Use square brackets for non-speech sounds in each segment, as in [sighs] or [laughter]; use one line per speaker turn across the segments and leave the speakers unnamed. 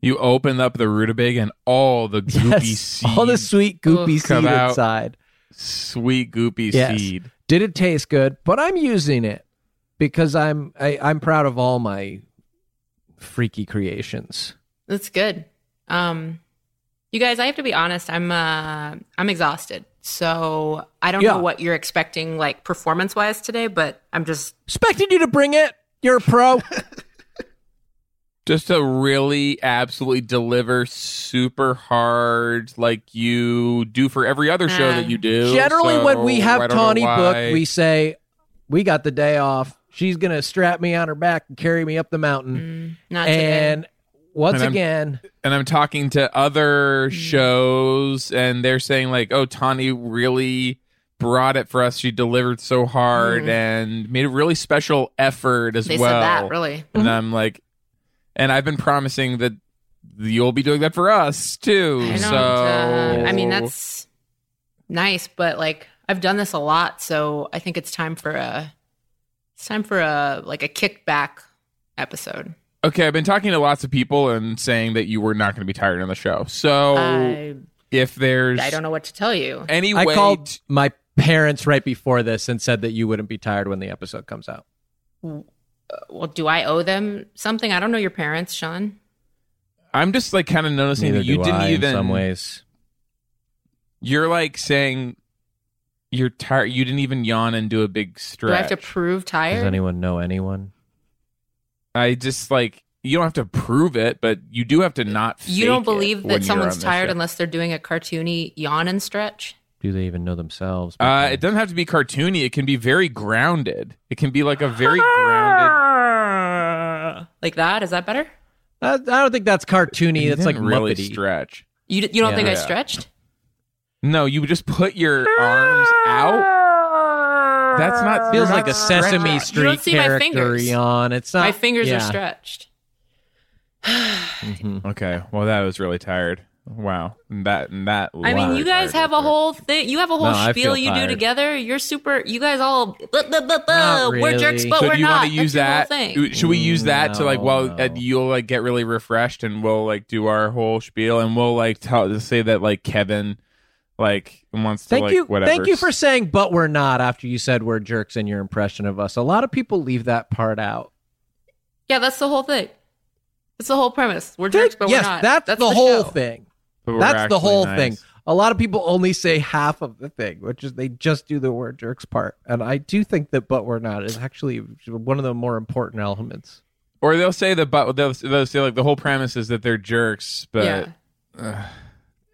You open up the rutabaga and all the goopy
[laughs] Yes,
seed,
all the sweet goopy
Ugh.
Come
seed
out.
inside.
sweet goopy
Yes.
seed.
Did it taste good? But I'm using it because I'm I, I'm proud of all my freaky creations.
That's good. Um, you guys, I have to be honest. I'm uh, I'm exhausted, so I don't
Yeah.
know what you're expecting, like performance wise today. But I'm just
Expected you to bring it. You're a pro.
Just to really absolutely deliver super hard, like you do for every other show
Uh,
that you do.
Generally, when we
so I
have
don't know
Tawny
why.
booked, we say we got the day off. She's gonna strap me on her back and carry me up the mountain.
mm, not today.
and once
And I'm-
again,
and I'm talking to other
Hmm.
shows, and they're saying like, "Oh, Tawny really brought it for us. She delivered so hard
Mhm.
and made a really special effort as
They
well."
said that really. Mm-hmm.
And I'm like, and I've been promising that you'll be doing that for us too.
I know.
so
uh, I mean, that's nice, but like I've done this a lot, so I think it's time for a it's time for a like a kickback episode.
okay. I've been talking to lots of people and saying that you were not going to be tired on the show. So
I
if Oh, there's
I don't know what to tell you.
any
I
way
called
t-
my parents right before this and said that you wouldn't be tired when the episode comes out.
Well, do I owe them something? I don't know your parents, Sean.
I'm just like kind of noticing that you didn't even
in some ways.
You're like saying you're tired. You didn't even yawn and do a big
Do I have
stretch.
to prove
Does
tired?
anyone know anyone?
I just like you don't have to prove it, but you do have to not.
you
fake
don't
it
believe
when
that
you're
someone's
on this
tired
show.
unless they're doing a cartoony yawn and stretch.
Do they even know themselves?
Uh, it doesn't have to be cartoony. It can be very grounded. It can be like a very
[laughs]
grounded.
Like that? Is that better?
Uh, I, I don't think that's cartoony.
You
That's like
didn't really
Muppety.
stretch.
You you don't think I
Yeah.
stretched?
No, you just put your arms out. That's not
Feels
you're
like
not
a Sesame
stretching.
Street
see my
character
fingers.
yawn. It's not.
My fingers
Uh, yeah.
are stretched.
Mhm.
Okay, well that was really tired. Wow, And that and that.
I mean, you guys have a whole thing. You have a whole
No, I
spiel
feel
you do
tired.
together. You're super. You guys all blah, blah, blah, blah.
Not
we're jerks,
really.
but
so
we're
do you
not.
want to use
That's
that?
your whole thing.
Should we use that to like, well,
No.
uh, you'll like get really refreshed, and we'll like do our whole spiel, and we'll like tell, say that like Kevin Like wants to
Thank
like
you.
whatever.
Thank you for saying but we're not after you said we're jerks in your impression of us. A lot of people leave that part out.
Yeah, that's the whole thing. That's the whole premise. We're jerks, but
yes,
we're not.
that's, the, whole
show.
thing.
But we're
That's the
actually
whole
nice.
thing. A lot of people only say half of the thing, which is they just do the word jerks part. And I do think that but we're not is actually one of the more important elements.
Or they'll say the but they'll, they'll say like the whole premise is that they're jerks, but
yeah. [sighs]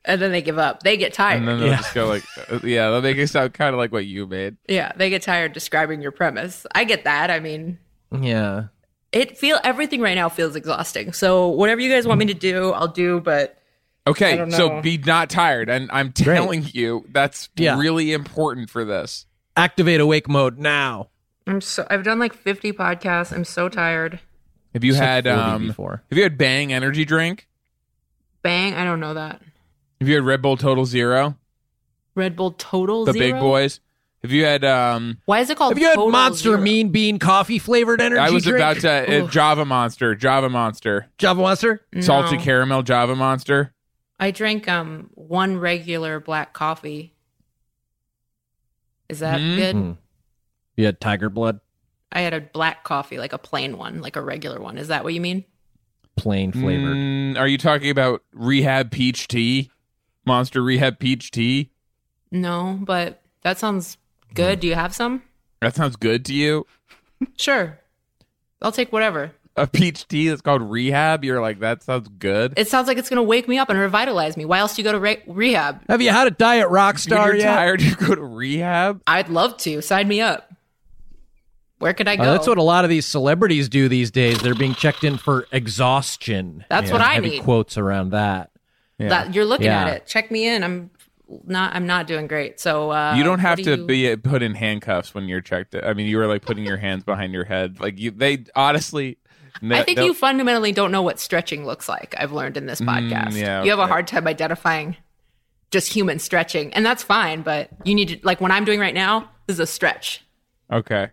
and then they give up. They get tired.
and then they'll
Yeah.
just go like, uh, yeah, they'll make it sound kind of like what you made.
yeah, they get tired describing your premise. I get that. I mean,
Yeah.
it feel everything right now feels exhausting. So whatever you guys want me to do, I'll do. But I
Okay,
don't
so
know.
be not tired, and I'm telling you that's
Yeah.
really important for this.
Activate awake mode now.
I'm so I've done like 50 podcasts. I'm so tired.
Have you had
Said 40
um?
before.
Have you had Bang energy drink?
Bang! I don't know that.
Have you had Red Bull Total Zero?
Red Bull Total
The
Zero?
big boys. Have you had um?
Why is it called?
Have you had
Oh, Total
Monster
Zero?
Mean Bean coffee flavored energy?
I was
drink?
about to uh,
Oof.
Java Monster, Java Monster,
Java Monster?
salted
No.
caramel Java Monster.
I drank um one regular black coffee. Is that
Hmm?
good?
Hmm. You had Tiger Blood?
I had a black coffee, like a plain one, like a regular one. Is that what you mean?
Plain flavored.
Mm, are you talking about Rehab Peach Tea? Monster Rehab Peach Tea?
No, but that sounds good. Do you have some?
That sounds good to you.
Sure. I'll take whatever.
A peach tea that's called Rehab. You're like that sounds good.
It sounds like it's going to wake me up and revitalize me. Why else do you go to re- rehab?
Have you had a Diet Rockstar
When you're
yet?
tired, [laughs] you go to rehab.
I'd love to. Sign me up. Where could I go?
Uh, that's what a lot of these celebrities do these days. They're being checked in for exhaustion.
That's
Yeah.
what I
Heavy
need.
Quotes around that.
that, you're looking
Yeah.
at it. Check me in. I'm not. I'm not doing great. So uh,
you don't have
what do
to
you-
be uh, put in handcuffs when you're checked. I mean, you were like putting your hands behind your head. Like you, they honestly.
I think
they'll-
you fundamentally don't know what stretching looks like. I've learned in this podcast.
Mm, yeah,
You have a
okay.
hard time identifying just human stretching, and that's fine. But you need to like what I'm doing right now is a stretch.
Okay.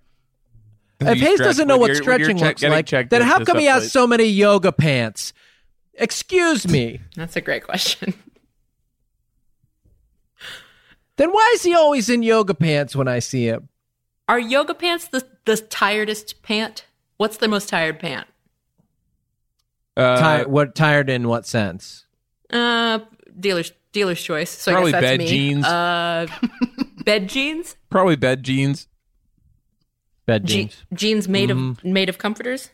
If Hayes doesn't know what stretching looks like, then how come he has so many yoga pants? Excuse me.
That's a great question. [laughs]
then why is he always in yoga pants when I see him?
Are yoga pants the the tiredest pant? What's the most tired pant?
Uh,
Tired? what tired in what sense?
Uh, dealer's dealer's choice. So I
Probably
guess that's
bed
me.
jeans. [laughs]
Uh, bed jeans.
Probably bed jeans.
Bed
Je-
jeans.
jeans made of
Mm-hmm.
made of comforters.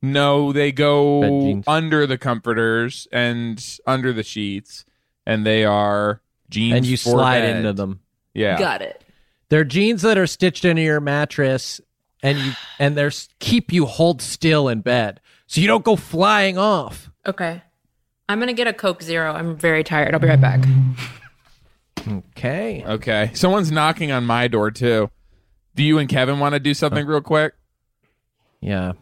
No, they go
Bed jeans.
under the comforters and under the sheets, and they are jeans.
And you
for
slide
bed.
into them.
Yeah.
Got it.
They're jeans that are stitched into your mattress, and [sighs] you and they're s- keep you hold still in bed, so you don't go flying off.
Okay. I'm gonna get a Coke Zero. I'm very tired. I'll be right back.
Okay.
Okay. Someone's knocking on my door too. Do you and Kevin want to do something real quick?
Yeah.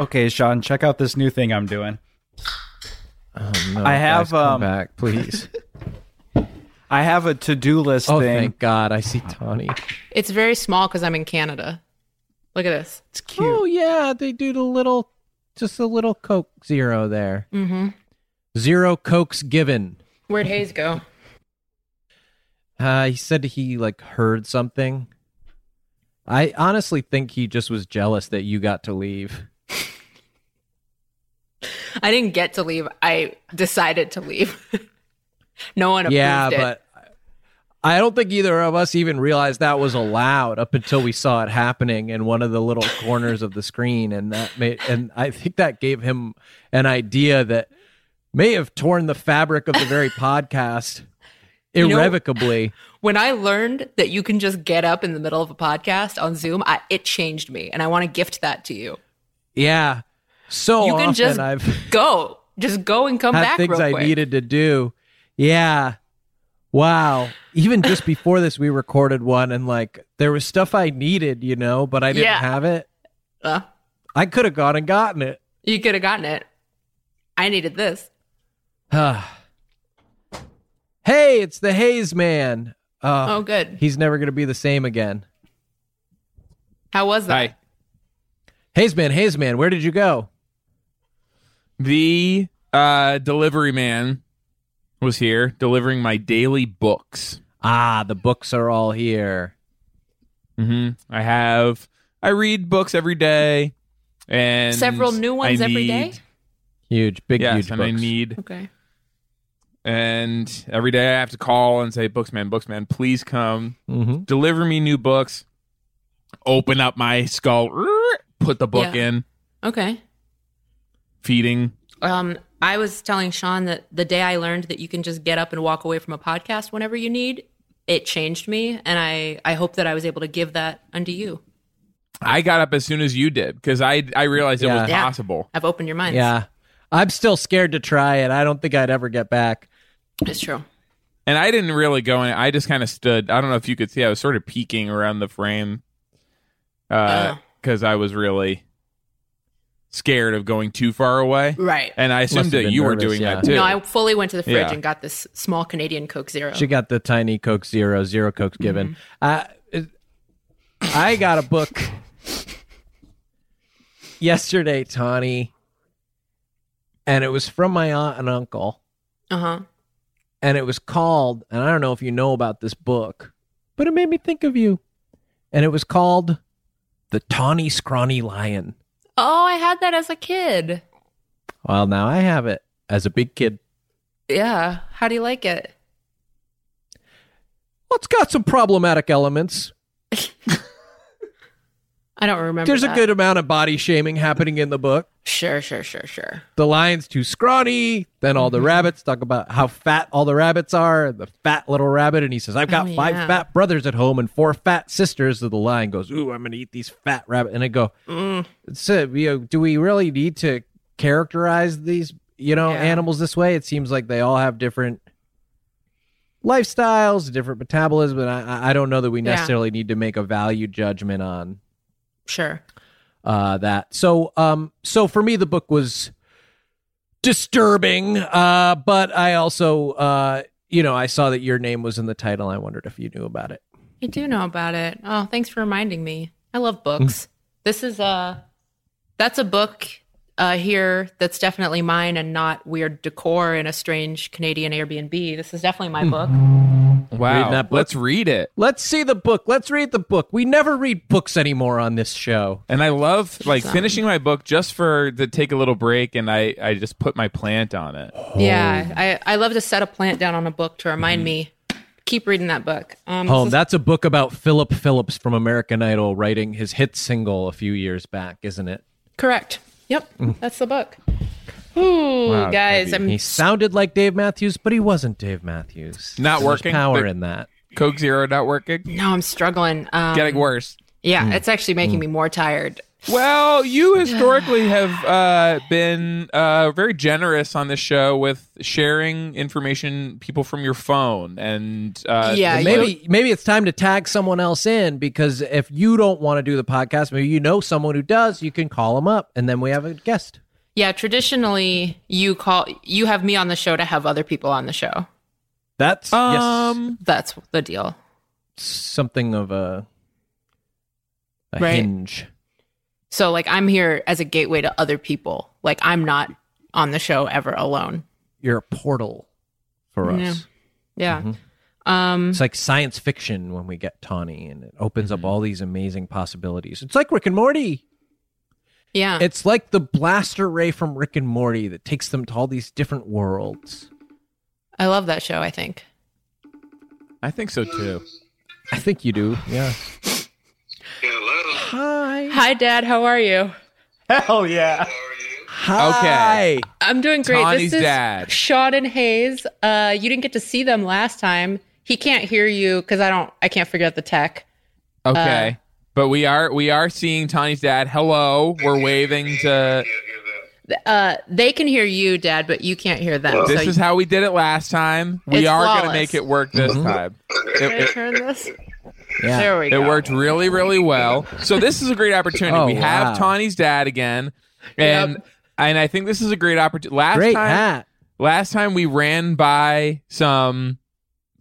Okay, Sean, check out this new thing I'm doing.
Oh, no,
I
guys,
have,
come
um,
back,
[laughs]
please.
I have a to-do list
oh,
thing. Ah,
thank God! I see Tawny.
It's very small because I'm in Canada. Look at this.
It's cute.
Oh yeah, they do the little, just a little Coke Zero there. Mm-hmm. Zero Cokes given.
Where'd Hayes go?
Uh, he said he like heard something. I honestly think he just was jealous that you got to leave.
I didn't get to leave. I decided to leave. [laughs] no one approved
yeah,
it.
but I don't think either of us even realized that was allowed up until we saw it happening in one of the little corners of the screen, and that made and I think that gave him an idea that may have torn the fabric of the
[laughs]
very podcast
know-
irrevocably.
when I learned that you can just get up in the middle of a podcast on Zoom, I, it changed me, and I want to gift that to you.
yeah, so
you can
Oh, often
just
I've [laughs]
go, just go and come
had
back
things
real
I
quick.
needed to do. Yeah. Wow. Even just before this, we recorded one, and like there was stuff I needed, you know, but I didn't
Yeah.
have it.
Uh,
I could have gone and gotten it.
you could have gotten it. I needed this.
hey, it's the Hayes Man. Uh,
Oh, good.
He's never going to be the same again.
How was that?
Hi.
Hayes Man, Hayes Man, where did you go?
The uh, delivery man was here delivering my daily books.
Ah, the books are all here.
hmm I have I read books every day, and
Several new ones
I
every
need-
day?
Huge, big,
Yes,
huge
and I
books.
need
Okay.
and every day I have to call and say, "Booksman, Booksman, please come
Mhm.
deliver me new books." Open up my skull, put the book
Yeah.
in,
Okay.
feeding.
Um, I was telling Sean that the day I learned that you can just get up and walk away from a podcast whenever you need, it changed me, and I I hope that I was able to give that unto you.
I got up as soon as you did because I I realized it
Yeah.
was
Yeah.
possible.
I've opened your minds.
Yeah. I'm still scared to try it. I don't think I'd ever get back.
it's true.
And I didn't really go in. I just kind of stood. I don't know if you could see. I was sort of peeking around the frame
Oh.
because I was really scared of going too far away.
Right.
And I assumed
have
that
been
you
nervous,
were doing
yeah.
that too.
No, I fully went to the fridge
Yeah.
and got this small Canadian Coke Zero.
She got the tiny Coke Zero, Zero Cokes given.
Mm-hmm.
Uh, it- I got a book yesterday, Tawny, and it was from my aunt and uncle,
Uh huh.
and it was called, and I don't know if you know about this book, but it made me think of you. And it was called The Tawny Scrawny Lion.
Oh, I had that as a kid.
Well, now I have it as a big kid.
Yeah. How do you like it?
Well, it's got some problematic elements.
I don't remember.
There's a
that.
good amount of body shaming happening in the book.
Sure, sure, sure, sure.
The lion's too scrawny. Then all
Mm-hmm.
the rabbits talk about how fat all the rabbits are. The fat little rabbit, and he says, "I've got
Oh,
five
yeah.
fat brothers at home and four fat sisters." So the lion goes, "Ooh, I'm going to eat these fat rabbit." And I go,
Mm.
"So, you know, do we really need to characterize these, you know,
Yeah.
animals this way? It seems like they all have different." Lifestyles, different metabolism, and I, I- I don't know that we
Yeah.
necessarily need to make a value judgment on
Sure.
uh, that. So, um, so for me, the book was disturbing, uh, but I also, uh, you know, I saw that your name was in the title. I wondered if you knew about it.
I do know about it. Oh, thanks for reminding me. I love
Hmm.
books. this is a that's a book uh, here that's definitely mine and not weird decor in a strange Canadian Airbnb. This is definitely my book.
wow.
Reading that book.
Let's read it.
Let's see the book. Let's read the book. We never read books anymore on this show.
And I love like finishing my book just for to take a little break, and I I just put my plant on it. Oh.
Yeah, I, I love to set a plant down on a book to
Hmm.
remind me. Keep reading that book.
Oh.
Um, this
Home.
is-
That's a book about Philip Phillips from American Idol writing his hit single a few years back, isn't it?
correct. Yep, that's the book. Ooh,
Hmm. Wow,
guys,
Debbie.
I'm
He sounded like Dave Matthews, but he wasn't Dave Matthews.
Not
There's
working,
power
but-
in that.
Coke Zero not working,
no, I'm struggling. Um,
getting worse.
Yeah,
Hmm.
it's actually making me more tired.
Well, you
[sighs]
historically have uh, been uh, very generous on this show with sharing information, people from your phone, and uh,
Yeah, you-
maybe maybe it's time to tag someone else in because if you don't want to do the podcast, maybe you know someone who does. You can call them up, and then we have a guest.
Yeah, traditionally you call you have me on the show to have other people on the show.
That's
um,
That's the deal.
yes, something of a, a
Right.
hinge.
So like I'm here as a gateway to other people. Like I'm not on the show ever alone.
You're a portal for us.
Yeah. Yeah.
Mm-hmm.
Um
It's like science fiction when we get Tawny, and it opens up all these amazing possibilities. It's like Rick and Morty.
yeah.
It's like the blaster ray from Rick and Morty that takes them to all these different worlds.
I love that show, I think.
I think so too.
I think you do. Yeah.
Hello.
Hi.
Hi dad, how are you?
Hell yeah.
How are you?
Hi. Okay.
I'm doing great.
Tawny's
this is
dad.
Sean and Hayes. Uh you didn't get to see them last time. He can't hear you cuz I don't I can't figure out the tech.
Okay, but we are we are seeing Tawny's dad. Hello, we're waving to.
Yeah, hear that.
Uh they can hear you dad, but you can't hear them.
This
so
is how we did it last time. We
It's
are
flawless.
gonna make it work this time.
Can I turn this?
Yeah.
There we
It
go.
worked really, really well. So this is a great opportunity.
Oh,
we have
wow.
Tawny's dad again, and
Yep.
and I think this is a great opportunity. Last
Great
time,
hat.
last time we ran by some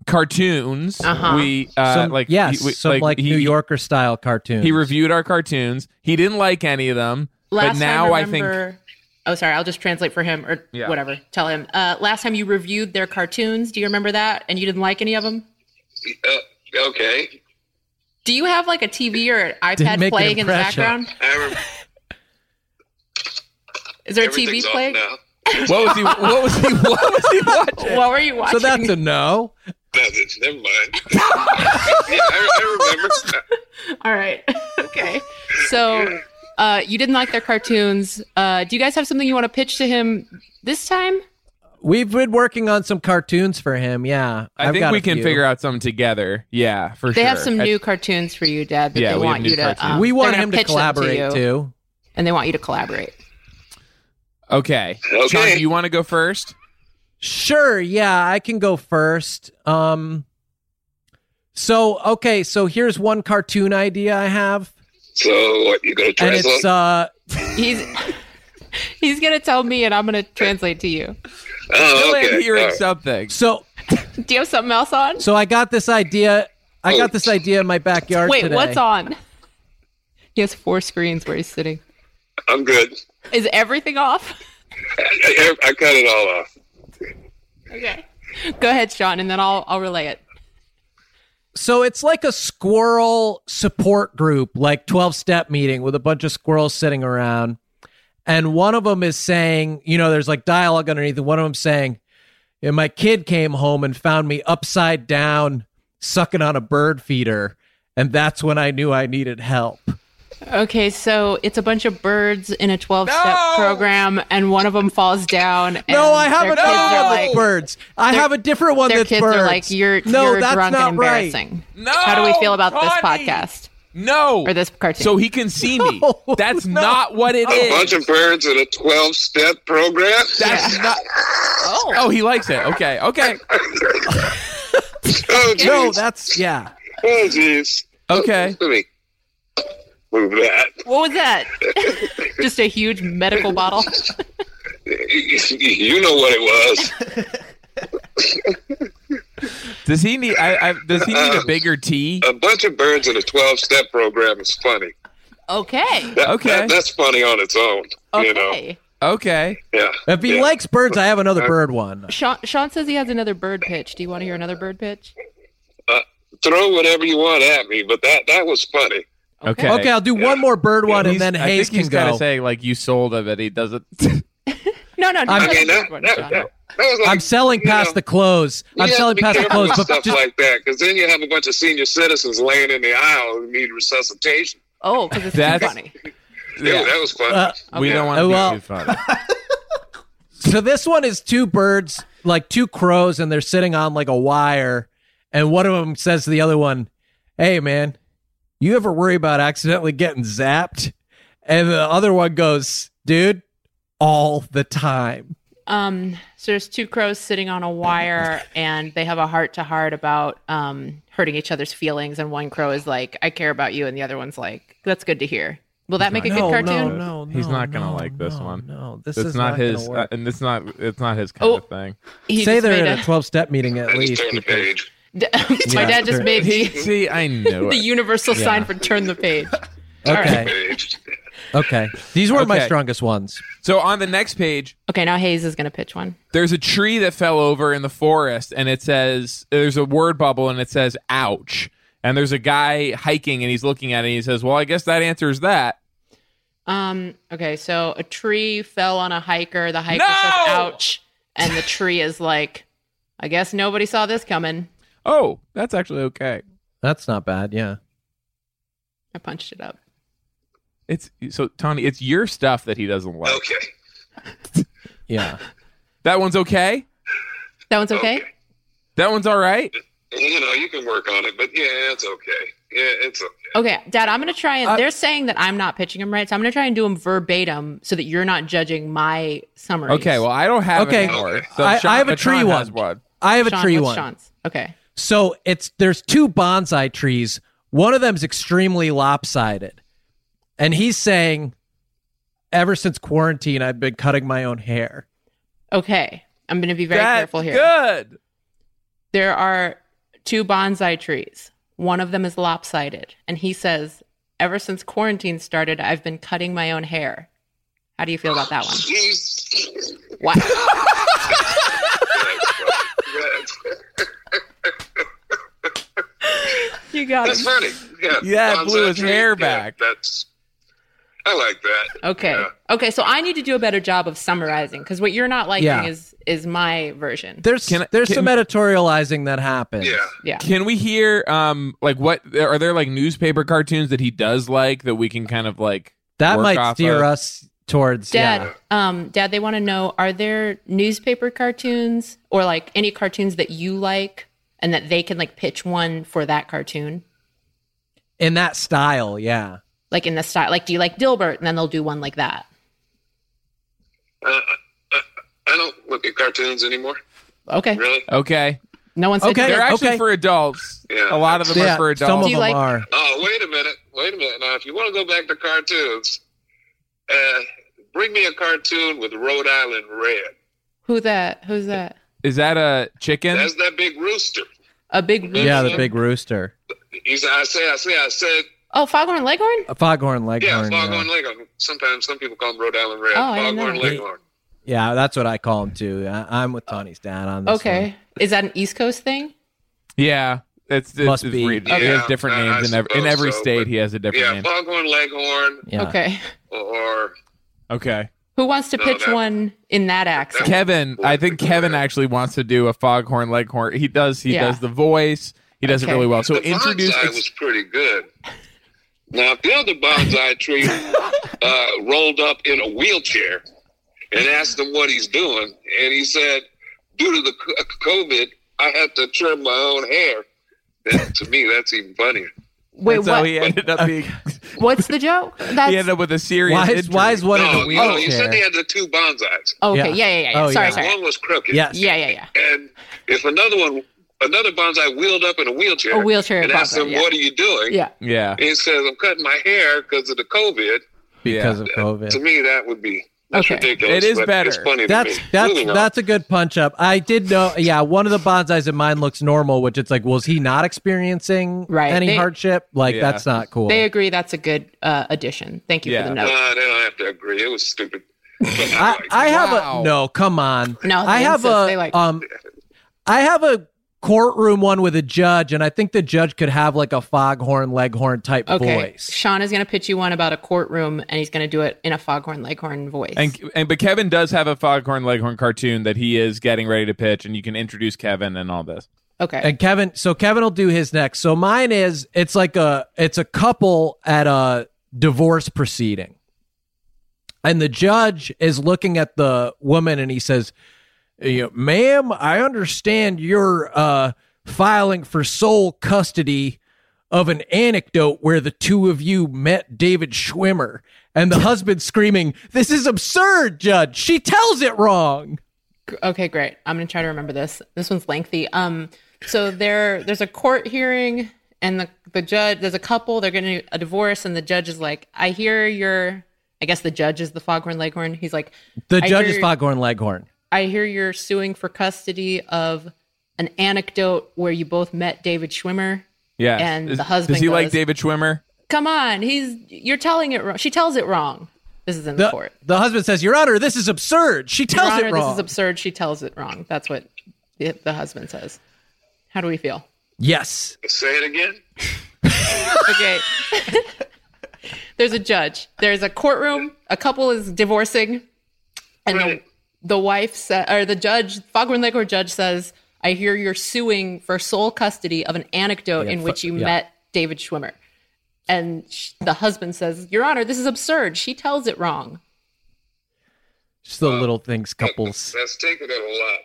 cartoons.
Uh-huh.
We uh,
some,
like
yes,
he- we-
some like,
he-
New Yorker style cartoons.
He reviewed our cartoons. He didn't like any of them,
Last
but now
time,
I think
remember, Oh, sorry. I'll just translate for him or
Yeah.
whatever. Tell him. Uh, last time you reviewed their cartoons, do you remember that? And you didn't like any of them?
Uh, okay.
Do you have like a TV or an
Didn't
iPad
make an
playing in the
impression.
background?
I rem-
Is there a TV
everything's off
playing?
now.
What was he? What was he? [laughs] What was he watching?
What were you
So
watching?
that's a no.
Nothing. Never mind. [laughs] yeah, I, I remember.
All right. [laughs] okay. So uh, you didn't like their cartoons. Uh, do you guys have something you want to pitch to him this time?
We've been working on some cartoons for him. Yeah,
I
I've
think
got
we
a
can
few.
figure out something together. Yeah, for
They
sure.
have some
I-
new cartoons for you, Dad, that
Yeah,
they
we have
want
new
you to.
cartoons.
Um,
we
they're
want
gonna
him to
pitch them
collaborate
you,
too.
And they want you to collaborate.
Okay.
Okay.
Sean, do you want to go first?
Sure, yeah, I can go first. Um So, okay, so here's one cartoon idea I have
So what? You gonna
and
dress
it's
up?
uh
He's he's gonna tell me, and I'm gonna translate to you.
oh,
Still
okay.
am hearing
All right.
something.
so
Do you have something else on?
so I got this idea I got this idea in my backyard
Wait,
today.
what's on? He has four screens where he's sitting.
I'm good.
Is everything off?
I, I, I cut it all off.
Okay. Go ahead, Sean, and then I'll I'll relay it.
So it's like a squirrel support group, like 12 step meeting with a bunch of squirrels sitting around. And one of them is saying, you know, there's like dialogue underneath, and one of them saying, "Yeah, My kid came home and found me upside down sucking on a bird feeder. And that's when I knew I needed help.
Okay, so it's a bunch of birds in a 12 step
No!
program, and one of them falls down. And
No, I have
their
another
kids are
one that's
like-
birds. I have a different one
Their
that's
kids
birds.
are like, you're,
no,
you're
that's
drunk
not
and
right.
embarrassing.
No,
How do we feel about this
Connie!
podcast?
No.
Or this cartoon?
So he can see me.
[laughs] No,
That's
no.
not what it
A
is.
bunch of birds in a 12 step program?
That's not. Oh. he likes it. Okay. Okay.
[laughs] oh,
No,
jeez.
that's, yeah.
Oh, jeez.
Okay.
Let me move that.
What was that? [laughs] Just a huge medical bottle.
You know what it was.
Does he need? I, I, does he need a bigger T?
A bunch of birds in a 12 step program is funny.
Okay.
That-
Okay.
that- that's funny on its own. You know?
Okay.
Okay.
Yeah.
If he
yeah.
likes birds, I have another bird one.
Sean, Sean says he has another bird pitch. Do you want to hear another bird pitch?
Uh, throw whatever you want at me, but that, that was funny.
Okay.
Okay, I'll do one more bird one, and
He's-
then
I
Hayes
think he's
can go.
kinda saying like you sold him, and he doesn't. [laughs]
No, no, no.
I
I mean,
another
that,
bird one,
that,
Sean.
that- that was like.
I'm selling
you
past
know,
the close.
you
I'm
have to
selling
be
past the
careful
close,
with
but
stuff
just,
like that, because then you have a bunch of senior citizens laying in the aisle who need resuscitation.
Oh, because it's too
That's-
funny.
Yeah, that was fun.
uh,
We don't want to
Oh,
be
well.
too funny.
so this one is two birds, like two crows, and they're sitting on like a wire, and one of them says to the other one, "Hey, man, you ever worry about accidentally getting zapped?" And the other one goes, "Dude, all the time."
Um, so there's two crows sitting on a wire, and they have a heart to heart about um, hurting each other's feelings. And one crow is like, "I care about you," and the other one's like, "That's good to hear." Will that make a
no,
good
no,
cartoon?
no, no,
He's not gonna
no,
like this
no,
one.
No, [laughs] this
It's
is
not,
gonna
his, uh,
work.
and it's not. It's not his kind
Oh.
of thing.
He
Say
just
they're
made [laughs]
in a 12 step meeting at
I just
least.
turned the
because-
page.
my
Yeah.
dad
[laughs]
just made the,
See, I knew
[laughs] the
it.
universal sign for turn the page.
Okay.
Page.
Okay. These were my
Okay.
strongest ones.
So on the next page,
Okay, now Hayes is gonna pitch one.
there's a tree that fell over in the forest and it says there's a word bubble and it says ouch and there's a guy hiking and he's looking at it and he says well i guess that answers that
Um, okay, so a tree fell on a hiker. The hiker
No!
says, "Ouch!" and the tree is like, "I guess nobody saw this coming."
oh that's actually okay
That's not bad. Yeah.
I punched it up.
it's so tony it's your stuff that he doesn't like
Okay.
Yeah.
that one's okay
That one's okay.
Okay.
that one's all right
You know, you can work on it, but yeah, it's okay. Yeah, it's okay.
Okay, Dad, I'm gonna try
Uh,
and they're saying that I'm not pitching them right, so I'm gonna try and do them verbatim so that you're not judging my summary.
okay well [laughs] i don't have
Okay.
anymore,
I- I have a
but
tree
Sean has
one. I have a
Sean,
tree
what's
one.
Sean's? Okay.
So it's there's two bonsai trees. One of them's extremely lopsided. And he's saying, ever since quarantine, I've been cutting my own hair.
Okay. I'm gonna be very
That's
careful here.
good
There are two bonsai trees. One of them is lopsided, and he says, Ever since quarantine started, I've been cutting my own hair. How do you feel about that [gasps] one?
Jeez.
Wow. [laughs] you got
That's funny.
[laughs]
Yeah,
Yeah,
Bob's
blew his
Audrey.
hair
Yeah,
back.
that's. I like that.
Okay.
Yeah.
Okay. So I need to do a better job of summarizing because what you're not liking
Yeah.
is is my version.
There's
Can I-
there's
can-
some editorializing that happens.
Yeah.
yeah.
Can we hear um like what are there like newspaper cartoons that he does like that we can kind of like
That
work
might
off
steer
of?
us towards
Dad,
yeah.
um, Dad, they want to know: Are there newspaper cartoons or like any cartoons that you like, and that they can like pitch one for that cartoon,
in that style. Yeah.
like in the style? Like, do you like Dilbert? And then they'll do one like that.
Uh, I, I don't look at cartoons anymore.
Okay.
Really?
Okay,
No one said.
Okay.
they're
Dilbert.
actually
okay.
for adults.
Yeah.
A lot of them
yeah.
are for
Some
adults.
of
Do you
them
like-
are.
Oh, wait a minute. Wait a minute. Now, if you want to go back to cartoons, uh, bring me a cartoon with Rhode Island Red.
Who that? Who's that?
Is that a chicken?
That's that big rooster.
A big.
Yeah, the big rooster.
He's. I say. I say. I said.
Oh, Foghorn Leghorn.
A foghorn
Yeah,
leghorn. Yeah,
Foghorn Leghorn. Sometimes some people call him Rhode Island Red.
Oh, I didn't know
Foghorn
that.
Leghorn.
Yeah, that's what I call him too. I, I'm with Tony's dad on this.
Okay. Is that an East Coast thing?
yeah, it's, it's,
Must
it's
be.
weird.
Okay.
He has different
Yeah, I- I
names in every, in
suppose
every
so,
state.
but-
He has a different
Yeah,
name.
Foghorn Leghorn
one. Yeah.
Okay. [laughs]
or
Okay,
Who wants to
No,
pitch
that-
one in that accent?
Kevin. I think Kevin actually wants to do a foghorn leghorn. He does. He
Yeah.
does the voice. He does it
Okay.
really well. So
the
introduce.
bonsai was pretty good. Now, if the other bonsai tree uh, rolled up in a wheelchair and asked him what he's doing, and he said, "Due to the c- uh, COVID, I had to trim my own hair." That, to me, that's even funnier.
Wait, uh,
that's how
what,
he ended up being.
what's the joke? That's,
he ended up with a serious.
Why is
injury.
why is one in
no,
a
you, know, you
wheelchair?
said they had the two bonsais.
oh, okay.
Yeah.
Yeah, yeah, yeah. yeah.
Oh,
sorry,
yeah.
sorry.
One was crooked.
Yes.
Yeah, yeah, yeah.
And if another one, another bonsai wheeled up in a
A
wheelchair,
wheelchair
and asked
bonsai,
him,
yeah.
"What are you doing?"
Yeah.
Yeah.
He says, "I'm cutting my hair because of the COVID."
because of
To
COVID.
me, that would be that's
Okay.
ridiculous.
It is
but
better.
It's funny
That's
to me.
that's
Moving on.
that's a good punch up. I did know. Yeah, one of the bonsais in mine looks normal, which it's like, was he not experiencing
Right.
any
They-
hardship? Like
Yeah.
that's not cool.
They agree that's a good uh, addition. Thank you
Yeah.
for the note.
Uh, they don't have to agree. It was stupid. But I,
I,
like
I have
Wow.
a no. Come on.
No, they
I have
insist.
a
They like-
um. I have a courtroom one with a judge, and I think the judge could have like a foghorn leghorn type
Okay.
Uh, voice.
Sean is going to pitch you one about a courtroom and he's going to do it in a foghorn leghorn voice.
And, and but Kevin does have a Foghorn Leghorn cartoon that he is getting ready to pitch, and you can introduce Kevin and all this.
okay.
And Kevin, so Kevin will do his next. So mine is it's like a it's a couple at a divorce proceeding. And the judge is looking at the woman and he says, you know, ma'am, I understand you're uh, filing for sole custody of an anecdote where the two of you met David Schwimmer and the husband screaming, This is absurd, Judge. She tells it wrong.
okay, great. I'm going to try to remember this. This one's lengthy. Um so there there's a court hearing and the the judge there's a couple they're getting a divorce and the judge is like, "I hear your I guess the judge is the foghorn leghorn. He's like,
The
I
judge
hear
is
you-
Foghorn Leghorn.
I hear you're suing for custody of an anecdote where you both met David Schwimmer.
Yeah,
And
Is-
the husband
does he like
goes-
David Schwimmer?
Come on, he's you're telling it wrong. She tells it wrong. This is in the,
The,
court.
the husband says, Your Honor, this is absurd. She
Your
tells
Honor,
it wrong.
this is absurd. She tells it wrong. That's what the, the husband says. How do we feel?
yes.
say it again.
Okay. [laughs] There's a judge. There's a courtroom. A couple is divorcing, and the,
Right.
the wife sa- or the judge, Foghorn Leghorn judge says, "I hear you're suing for sole custody of an anecdote in which you
yeah.
met David Schwimmer." And sh- the husband says, "Your Honor, this is absurd. She tells it wrong."
Just the little things couples.
That's taking it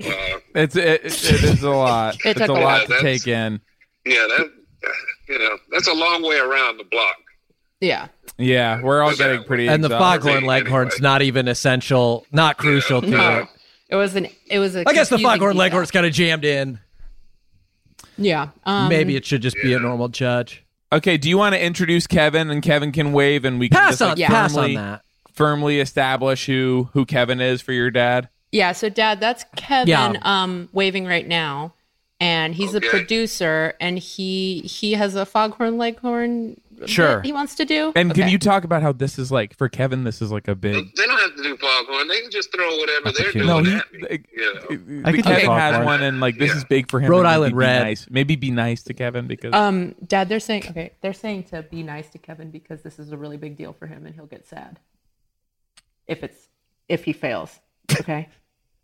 a lot there. Uh,
It's it, it, it is a lot.
It
it's
took
a
a lot.
lot to
That's-
take in.
yeah, that uh, you know that's a long way around the block.
Yeah.
Yeah, we're all getting pretty.
And the
exhausted.
Foghorn Leghorn's not even essential, not crucial to
No.
it.
It was an. It was a.
Uh, I guess the
confusing
Foghorn
email.
Leghorn's kind of jammed in.
Yeah. Um,
Maybe it should just be a normal judge.
Okay, do you want to introduce Kevin and Kevin can wave and we can
Pass
just, like,
on, pass on
firmly,
that.
firmly establish who who Kevin is for your dad.
Yeah. So, Dad, that's Kevin
Yeah.
um, waving right now, and he's a
Okay.
producer, and he he has a Foghorn Leghorn
Sure.
that he wants to do.
And can
Okay.
you talk about how this is like for Kevin? This is like a big.
They don't have to do foghorn. They can just throw whatever they're
cute.
doing
No, he.
at me.
like,
you know.
I
the
could
Kevin
take off
had
one.
one, and like this
Yeah.
is big for him.
Rhode
and maybe
Island
be
Red. Uh,
Nice. Maybe be nice to Kevin because
Um, Dad, they're saying okay, they're saying to be nice to Kevin because this is a really big deal for him, and he'll get sad if it's if he fails.
[laughs]
Okay,